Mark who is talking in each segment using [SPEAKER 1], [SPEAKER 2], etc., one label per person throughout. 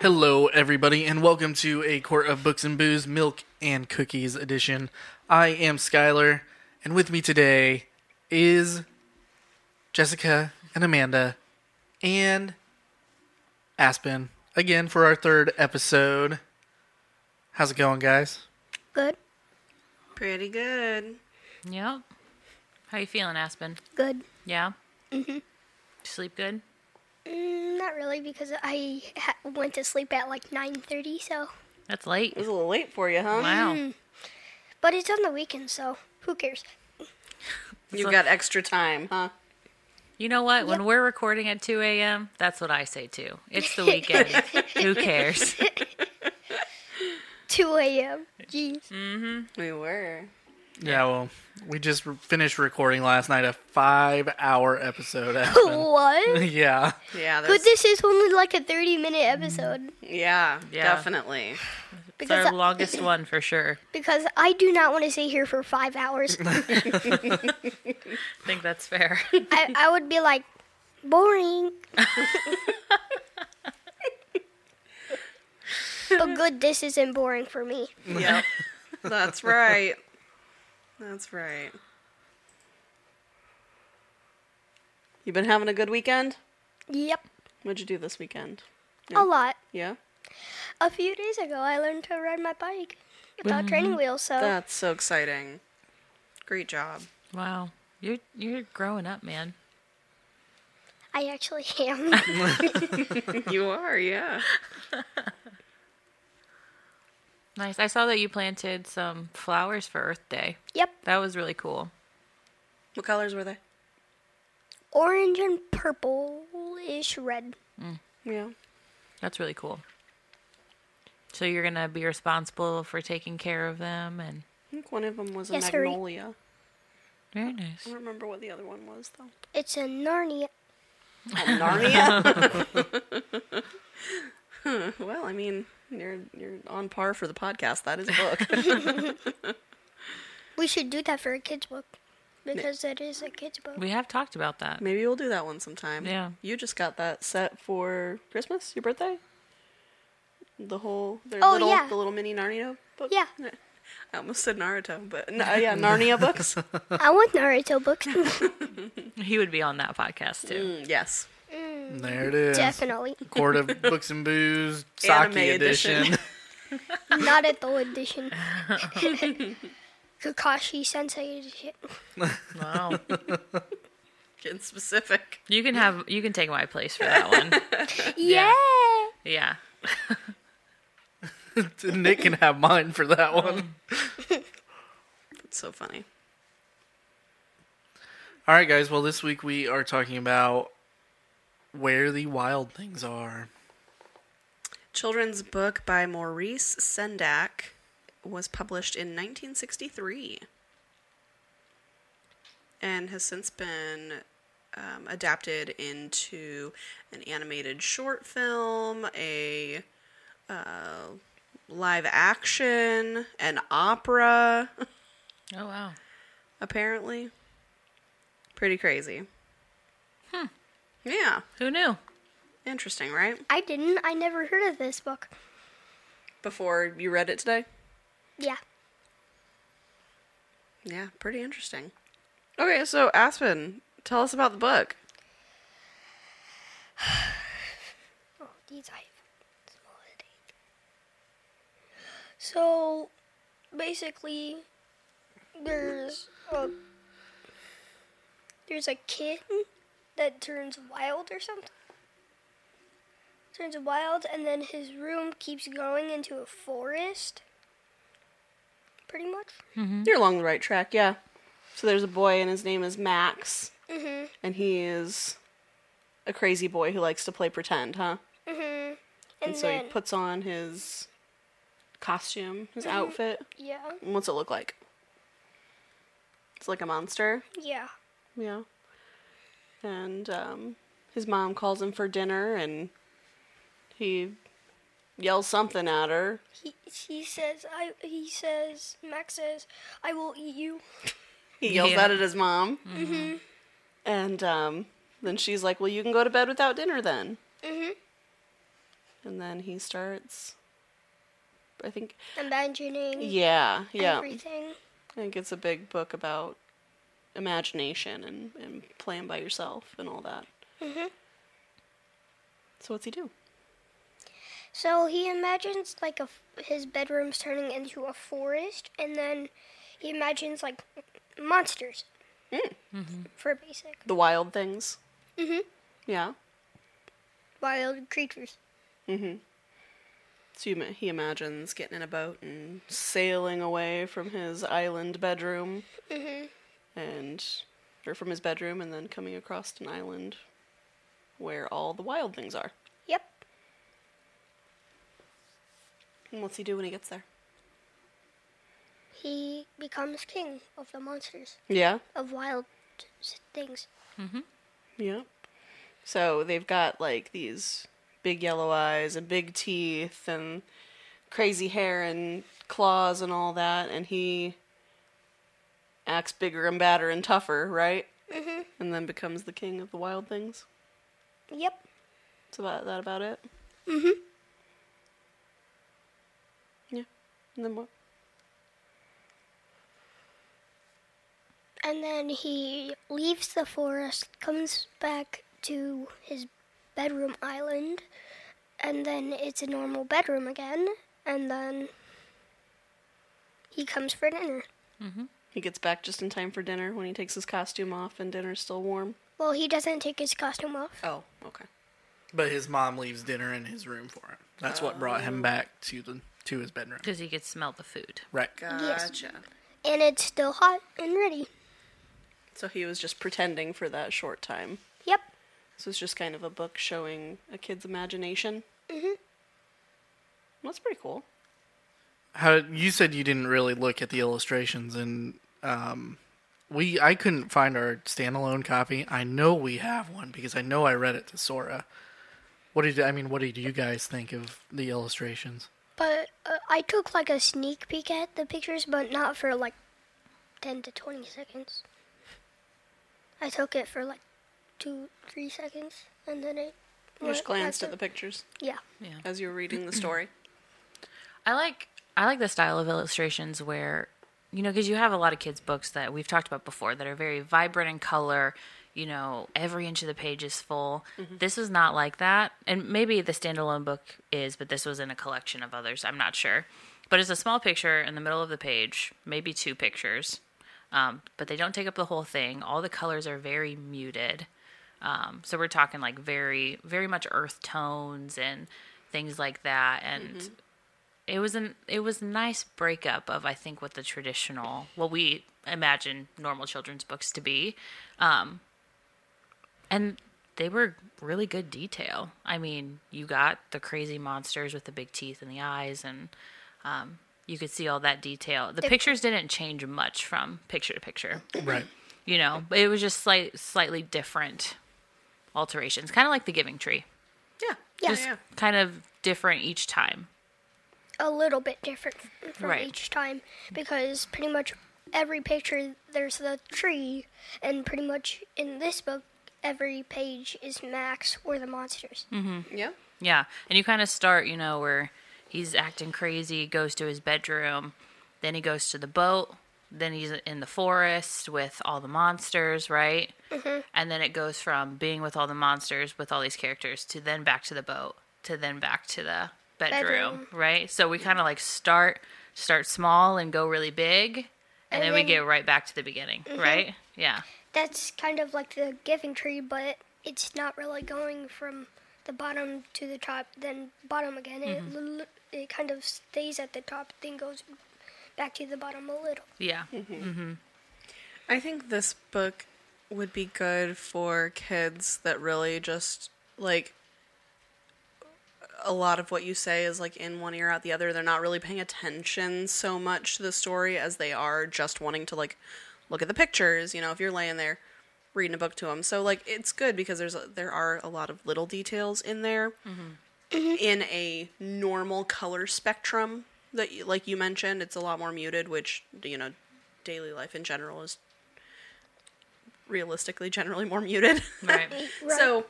[SPEAKER 1] Hello, everybody, and welcome to a Court of Books and Booze Milk and Cookies edition. I am Skylar, and with me today is Jessica and Amanda and Aspen again for our third episode. How's it going, guys?
[SPEAKER 2] Good,
[SPEAKER 3] Pretty good.
[SPEAKER 4] Yep. How you feeling, Aspen?
[SPEAKER 2] good.
[SPEAKER 4] Yeah. Mm-hmm. Sleep good.
[SPEAKER 2] Mm, not really because I ha- went to sleep at like 9:30, so
[SPEAKER 4] That's late.
[SPEAKER 3] It was a little late for you, huh?
[SPEAKER 4] Wow.
[SPEAKER 2] but it's on the weekend, so who cares?
[SPEAKER 3] You've got extra time, huh?
[SPEAKER 4] You know what? When we're recording at 2 a.m., that's what I say too. It's the weekend. Who cares?
[SPEAKER 2] 2 a.m. Jeez.
[SPEAKER 3] We were.
[SPEAKER 1] Yeah, well, we just re- finished recording last night a five hour episode. Aspen.
[SPEAKER 2] What?
[SPEAKER 1] yeah.
[SPEAKER 3] Yeah.
[SPEAKER 2] But
[SPEAKER 3] That's,
[SPEAKER 2] this is only like a 30 minute episode
[SPEAKER 3] yeah,
[SPEAKER 4] Yeah.
[SPEAKER 3] Definitely.
[SPEAKER 4] Mm, It's
[SPEAKER 2] because
[SPEAKER 4] our
[SPEAKER 2] I,
[SPEAKER 4] longest one for sure.
[SPEAKER 2] because I do not want to stay here for five hours.
[SPEAKER 4] I think that's fair.
[SPEAKER 2] I, I would be like boring. but good, this isn't boring for me.
[SPEAKER 3] Yep. that's right. That's right. You been having a good weekend?
[SPEAKER 2] Yep,
[SPEAKER 3] What'd you do this weekend?
[SPEAKER 2] a lot.
[SPEAKER 3] Yeah.
[SPEAKER 2] A few days ago, I learned to ride my bike without training wheels, so
[SPEAKER 3] That's so exciting. Great job.
[SPEAKER 4] wow. You're you're growing up, man.
[SPEAKER 2] I actually am.
[SPEAKER 3] you are, yeah.
[SPEAKER 4] Nice. I saw that you planted some flowers for Earth Day.
[SPEAKER 2] yep,
[SPEAKER 4] That was really cool.
[SPEAKER 3] What colors were they?
[SPEAKER 2] orange and purplish red.
[SPEAKER 3] Yeah.
[SPEAKER 4] That's really cool. So you're gonna be responsible for taking care of them and
[SPEAKER 3] I think one of them was a
[SPEAKER 2] Yes, hurry.
[SPEAKER 3] magnolia.
[SPEAKER 4] very nice.
[SPEAKER 3] I don't remember what the other one was though.
[SPEAKER 2] It's a Narnia.
[SPEAKER 3] Narnia. well, I mean, you're you're on par for the podcast. That is a book.
[SPEAKER 2] We should do that for a kids book because it is a kids book.
[SPEAKER 4] We have talked about that.
[SPEAKER 3] Maybe we'll do that one sometime.
[SPEAKER 4] Yeah.
[SPEAKER 3] You just got that set for Christmas, your birthday. The whole their
[SPEAKER 2] Oh,
[SPEAKER 3] little
[SPEAKER 2] yeah.
[SPEAKER 3] the little mini Narnia book.
[SPEAKER 2] Yeah.
[SPEAKER 3] I almost said Naruto, but no, yeah, Narnia books.
[SPEAKER 2] I want Naruto books.
[SPEAKER 4] He would be on that podcast too.
[SPEAKER 3] Mm, yes.
[SPEAKER 1] There it is.
[SPEAKER 2] Definitely.
[SPEAKER 1] Court of Books and Booze,
[SPEAKER 3] Anime
[SPEAKER 1] Saki edition.
[SPEAKER 3] edition.
[SPEAKER 2] Not at the edition. Kakashi Sensei edition.
[SPEAKER 4] Mm. Wow.
[SPEAKER 3] Getting specific.
[SPEAKER 4] You can have you can take my place for that one.
[SPEAKER 2] Yeah.
[SPEAKER 4] Yeah.
[SPEAKER 1] Nick can have mine for that one.
[SPEAKER 3] That's so funny.
[SPEAKER 1] All right, guys. Well, this week we are talking about where the wild things are.
[SPEAKER 3] Children's book by Maurice Sendak was published in 1963 and has since been um, adapted into an animated short film, a uh, live action, an opera,
[SPEAKER 4] Oh wow.
[SPEAKER 3] apparently. Pretty crazy. Hmm. Yeah.
[SPEAKER 4] Who knew?
[SPEAKER 3] Interesting, right?
[SPEAKER 2] I didn't. I never heard of this book.
[SPEAKER 3] Before you read it today?
[SPEAKER 2] Yeah.
[SPEAKER 3] Yeah, pretty interesting. Okay, so Aspen, tell us about the book.
[SPEAKER 2] Oh, these I have small headache. So basically, there's a there's a kitten that turns wild or something. Turns wild, and then his room keeps going into a forest. Pretty much.
[SPEAKER 3] You're along the right track, yeah. So there's a boy, and his name is Max,
[SPEAKER 2] Mhm.
[SPEAKER 3] and he is a crazy boy who likes to play pretend, huh?
[SPEAKER 2] Mhm.
[SPEAKER 3] And,
[SPEAKER 2] And,
[SPEAKER 3] so
[SPEAKER 2] then
[SPEAKER 3] he puts on his costume, his
[SPEAKER 2] Mm-hmm.
[SPEAKER 3] outfit.
[SPEAKER 2] yeah,
[SPEAKER 3] And what's it look like? It's like a monster,
[SPEAKER 2] yeah.
[SPEAKER 3] yeah. And um, his mom calls him for dinner, and he yells something at her.
[SPEAKER 2] He he says I he says Max says I will eat you.
[SPEAKER 3] He yells
[SPEAKER 4] Yeah.
[SPEAKER 3] that at his mom. Mm-hmm. And um, then she's like, Well, you can go to bed without dinner then.
[SPEAKER 2] Mhm.
[SPEAKER 3] and then he starts. I think.
[SPEAKER 2] Imagining
[SPEAKER 3] Yeah, yeah.
[SPEAKER 2] everything.
[SPEAKER 3] I think it's a big book about imagination and, and playing by yourself and all that.
[SPEAKER 2] hmm
[SPEAKER 3] So what's he do?
[SPEAKER 2] So he imagines like a, f- his bedroom's turning into a forest, and then he imagines like monsters for basic
[SPEAKER 3] Mm, The wild things.
[SPEAKER 2] Mhm.
[SPEAKER 3] Yeah.
[SPEAKER 2] wild creatures.
[SPEAKER 3] Mm-hmm. So you, ma- he imagines getting in a boat and sailing away from his island bedroom, Mm-hmm.
[SPEAKER 2] hmm
[SPEAKER 3] and or from his bedroom, and then coming across an island where all the wild things are.
[SPEAKER 2] Yep.
[SPEAKER 3] And what's he do when he gets there?
[SPEAKER 2] He becomes king of the monsters
[SPEAKER 3] Yeah,
[SPEAKER 2] of wild s- things.
[SPEAKER 3] yeah. So they've got like these big yellow eyes and big teeth and crazy hair and claws and all that, and he acts bigger and badder and tougher, right?
[SPEAKER 2] hmm
[SPEAKER 3] and then becomes the king of the wild things.
[SPEAKER 2] Yep.
[SPEAKER 3] It's about that about it.
[SPEAKER 2] hmm
[SPEAKER 3] Mm-hmm. Yeah. And then what?
[SPEAKER 2] And then he leaves the forest, comes back to his bedroom island, and then it's a normal bedroom again, and then he comes for dinner.
[SPEAKER 3] He gets back just in time for dinner when he takes his costume off and dinner's still warm.
[SPEAKER 2] Well, he doesn't take his costume off.
[SPEAKER 3] Oh, okay.
[SPEAKER 1] But his mom leaves dinner in his room for him. That's what brought him back to the to his bedroom.
[SPEAKER 4] because he could smell the food.
[SPEAKER 1] Right.
[SPEAKER 2] And it's still hot and ready.
[SPEAKER 3] So he was just pretending for that short time.
[SPEAKER 2] Yep.
[SPEAKER 3] So it's just kind of a book showing a kid's imagination.
[SPEAKER 2] Mhm.
[SPEAKER 3] That's pretty cool.
[SPEAKER 1] How you said you didn't really look at the illustrations, and um, we I couldn't find our standalone copy. I know we have one because I know I read it to Sora. What did I mean? What did you guys think of the illustrations?
[SPEAKER 2] But uh, I took like a sneak peek at the pictures, but not for like 10 to 20 seconds. I took it for like two, three seconds, and then I
[SPEAKER 3] You just
[SPEAKER 2] went back
[SPEAKER 3] glanced
[SPEAKER 2] to-
[SPEAKER 3] at the pictures
[SPEAKER 2] Yeah.
[SPEAKER 3] as you were reading the story.
[SPEAKER 4] I like I like the style of illustrations where you know because you have a lot of kids books that we've talked about before that are very vibrant in color. You know, every inch of the page is full. This was not like that, and maybe the standalone book is, but this was in a collection of others. I'm not sure, but it's a small picture in the middle of the page, maybe two pictures, um, but they don't take up the whole thing. All the colors are very muted. Um, so we're talking like very, very much earth tones and things like that. And it was an it was a nice breakup of I think what the traditional what we imagine normal children's books to be, um, and they were really good detail. I mean, you got the crazy monsters with the big teeth and the eyes, and um, you could see all that detail. The pictures didn't change much from picture to picture
[SPEAKER 1] Right.
[SPEAKER 4] you know but it was just slight, slightly different alterations kind of like the giving tree
[SPEAKER 3] Yeah.
[SPEAKER 2] Yeah.
[SPEAKER 4] just kind of different each time
[SPEAKER 2] a little bit different f- from
[SPEAKER 4] Right.
[SPEAKER 2] each time because pretty much every picture there's the tree, and pretty much in this book, every page is Max or the monsters.
[SPEAKER 3] Yeah.
[SPEAKER 4] yeah and you kind of start you know where he's acting crazy goes to his bedroom then he goes to the boat then he's in the forest with all the monsters right and then it goes from being with all the monsters with all these characters to then back to the boat to then back to the bedroom,
[SPEAKER 2] Bedroom.
[SPEAKER 4] right so we kind of like start start small and go really big
[SPEAKER 2] And
[SPEAKER 4] and, then, Mm-hmm.
[SPEAKER 2] then-
[SPEAKER 4] we get right back to the beginning right yeah
[SPEAKER 2] That's kind of like the giving tree, but it's not really going from the bottom to the top, then bottom again.
[SPEAKER 5] Mm-hmm.
[SPEAKER 2] It, l- l- it kind of stays at the top, then goes back to the bottom a little.
[SPEAKER 4] yeah
[SPEAKER 6] I think this book would be good for kids that really just like a lot of what you say is like in one ear out the other. They're not really paying attention so much to the story as they are just wanting to like look at the pictures, you know, if you're laying there reading a book to them. So like it's good because there's a, there are a lot of little details in there in a normal color spectrum that you, like you mentioned it's a lot more muted which you know daily life in general is realistically generally more muted
[SPEAKER 4] right
[SPEAKER 2] Right.
[SPEAKER 6] so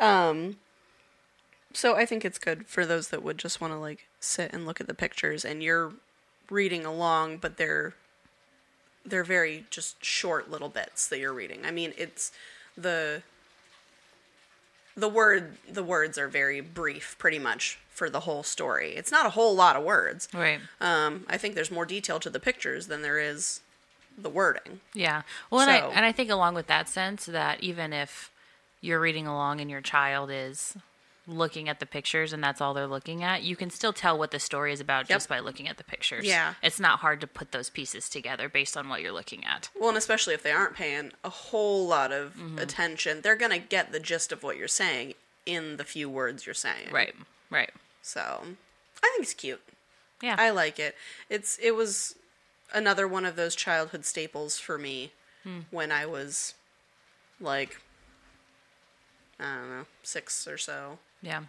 [SPEAKER 6] um
[SPEAKER 3] So I think it's good for those that would just want to like sit and look at the pictures and you're reading along, but they're they're very just short little bits that you're reading. I mean, it's the the word the words are very brief pretty much for the whole story. It's not a whole lot of words.
[SPEAKER 4] Right.
[SPEAKER 3] Um, I think there's more detail to the pictures than there is the wording.
[SPEAKER 4] Yeah. Well, and,
[SPEAKER 3] So-
[SPEAKER 4] I, and I think along with that sense that even if you're reading along and your child is looking at the pictures and that's all they're looking at, you can still tell what the story is about just by looking at the pictures.
[SPEAKER 3] Yeah.
[SPEAKER 4] It's not hard to put those pieces together based on what you're looking at.
[SPEAKER 3] Well, and especially if they aren't paying a whole lot of attention, they're going to get the gist of what you're saying in the few words you're saying.
[SPEAKER 4] Right. Right.
[SPEAKER 3] So, I think it's cute.
[SPEAKER 4] Yeah.
[SPEAKER 3] I like it. It's it was another one of those childhood staples for me when I was like I don't know, 6 or so.
[SPEAKER 4] yeah.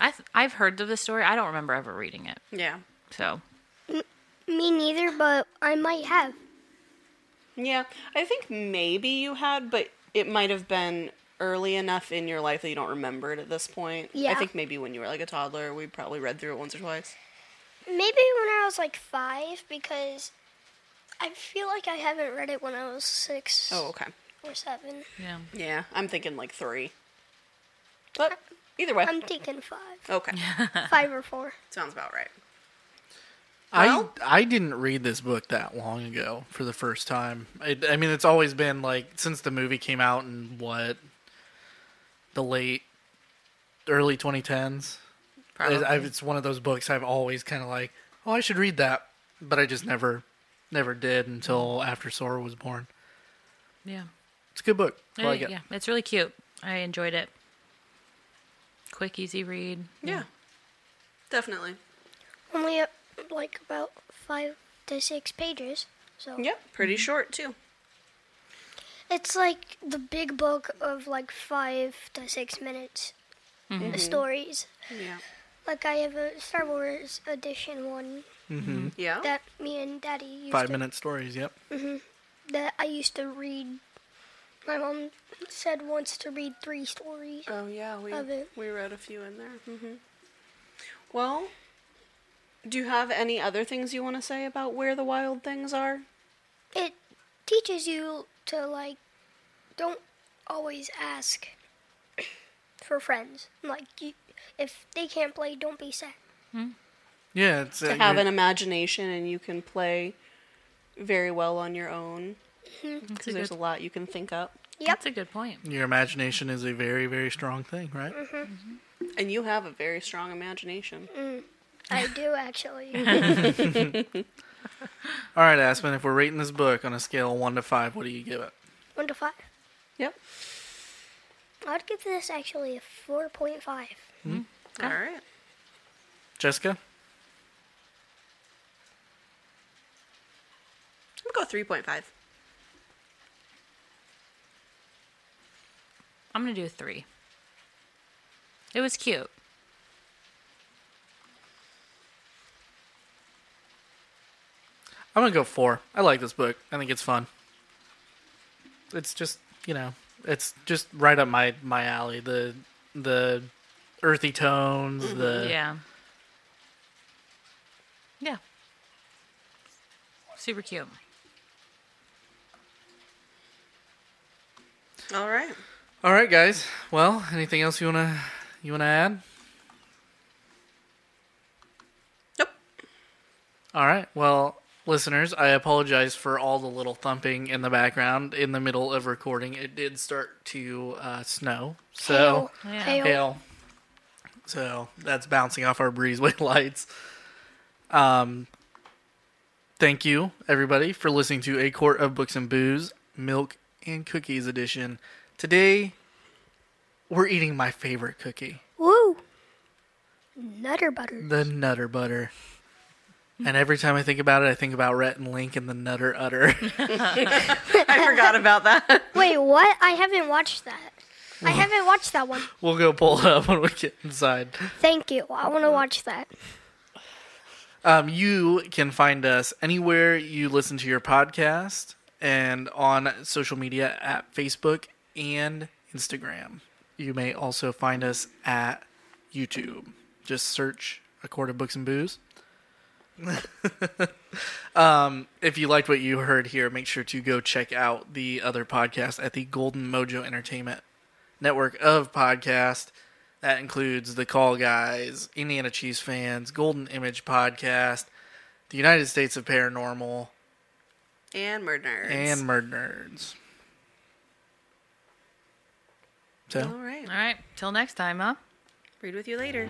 [SPEAKER 4] I th- I've heard of the story. I don't remember ever reading it.
[SPEAKER 3] Yeah.
[SPEAKER 4] So,
[SPEAKER 2] Me neither, but I might have.
[SPEAKER 3] Yeah,
[SPEAKER 5] I think maybe you had, but it might have been early enough in your life that you don't remember it at this point. I
[SPEAKER 2] Yeah.
[SPEAKER 5] think maybe when you were like a toddler, we probably read through it once or twice.
[SPEAKER 2] Maybe when I was like five, because I feel like I haven't read it when I was six
[SPEAKER 5] Oh, okay.
[SPEAKER 2] or seven.
[SPEAKER 4] yeah.
[SPEAKER 5] Yeah, I'm thinking like three. But either way,
[SPEAKER 2] I'm thinking five,
[SPEAKER 3] Okay.
[SPEAKER 5] Uh-huh.
[SPEAKER 2] five or four.
[SPEAKER 3] Sounds about right.
[SPEAKER 1] I
[SPEAKER 3] Well-
[SPEAKER 1] I didn't read this book that long ago for the first time. I, I mean, it's always been like since the movie came out in what the late early 2010s.
[SPEAKER 4] Probably.
[SPEAKER 1] I, I've, it's one of those books I've always kind of like, oh, I should read that, but I just never never did until after Sora was born.
[SPEAKER 4] yeah.
[SPEAKER 1] It's a good book. I
[SPEAKER 4] I-
[SPEAKER 1] like it.
[SPEAKER 4] yeah. It's really cute. I enjoyed it. Quick, easy read.
[SPEAKER 3] yeah. Definitely.
[SPEAKER 2] Only uh, like about five to six pages. So
[SPEAKER 3] Yep, Mm-hmm. pretty short too.
[SPEAKER 2] it's like the big book of like five to six minutes uh, stories.
[SPEAKER 3] Yeah.
[SPEAKER 2] Like I have a Star Wars edition one
[SPEAKER 3] Yeah.
[SPEAKER 2] that me and Daddy used
[SPEAKER 1] Five
[SPEAKER 2] to,
[SPEAKER 1] minute stories. Yep.
[SPEAKER 3] Mm-hmm.
[SPEAKER 2] that I used to read. My mom said wants to read three stories.
[SPEAKER 3] Oh yeah, we
[SPEAKER 2] of it.
[SPEAKER 3] we read a few in there. hmm Well, do you have any other things you want to say about where the wild things are?
[SPEAKER 2] It teaches you to like don't always ask for friends. Like you, if they can't play, don't be sad.
[SPEAKER 1] Yeah. It's uh,
[SPEAKER 3] To have an imagination and you can play very well on your own.
[SPEAKER 4] That's a
[SPEAKER 3] Because there's
[SPEAKER 4] good,
[SPEAKER 3] a lot you can think up,
[SPEAKER 4] that's a good point.
[SPEAKER 1] your imagination is a very very strong thing, right?
[SPEAKER 3] Mm-hmm. and you have a very strong imagination.
[SPEAKER 2] I do actually.
[SPEAKER 1] All right, Aspen. If we're rating this book on a scale of one to five, what do you give it?
[SPEAKER 2] One to five.
[SPEAKER 3] Yep.
[SPEAKER 2] I'd give this actually a four point five.
[SPEAKER 3] All right.
[SPEAKER 1] Jessica.
[SPEAKER 3] I'll go three point five.
[SPEAKER 4] I'm gonna do a three. It was cute.
[SPEAKER 1] I'm gonna go four. I like this book. I think it's fun. It's just you know, it's just right up my my alley. The the earthy tones. The
[SPEAKER 4] Yeah. Yeah. Super cute.
[SPEAKER 3] All right.
[SPEAKER 1] All right, guys. Well, anything else you wanna you wanna add?
[SPEAKER 3] Nope.
[SPEAKER 1] All right. Well, listeners, I apologize for all the little thumping in the background. In the middle of recording, it did start to uh, snow. So.
[SPEAKER 2] Hail.
[SPEAKER 4] Yeah.
[SPEAKER 2] Hail.
[SPEAKER 1] hail. So that's bouncing off our breezeway lights. Um, thank you everybody for listening to a quart of books and booze, milk and cookies edition. Today, we're eating my favorite cookie,
[SPEAKER 2] Woo! Nutter butter.
[SPEAKER 1] the Nutter Butter. And every time I think about it, I think about Rhett and Link and the Nutter Utter.
[SPEAKER 3] I forgot about that.
[SPEAKER 2] Wait, what? I haven't watched that. I haven't watched that one.
[SPEAKER 1] we'll go pull it up when we get inside.
[SPEAKER 2] Thank you. I want to watch that.
[SPEAKER 1] Um, you can find us anywhere you listen to your podcast and on social media at Facebook and Instagram. you may also find us at YouTube. Just search A Court of Books and Booze. um, if you liked what you heard here, make sure to go check out the other podcast at the Golden Mojo Entertainment network of podcast. That includes The Call Guys, Indiana Cheese Fans, Golden Image Podcast, The United States of Paranormal,
[SPEAKER 6] And murder nerds.
[SPEAKER 1] and Murd Nerds. So.
[SPEAKER 6] All right.
[SPEAKER 4] All right. Till next time, huh?
[SPEAKER 6] Read with you later.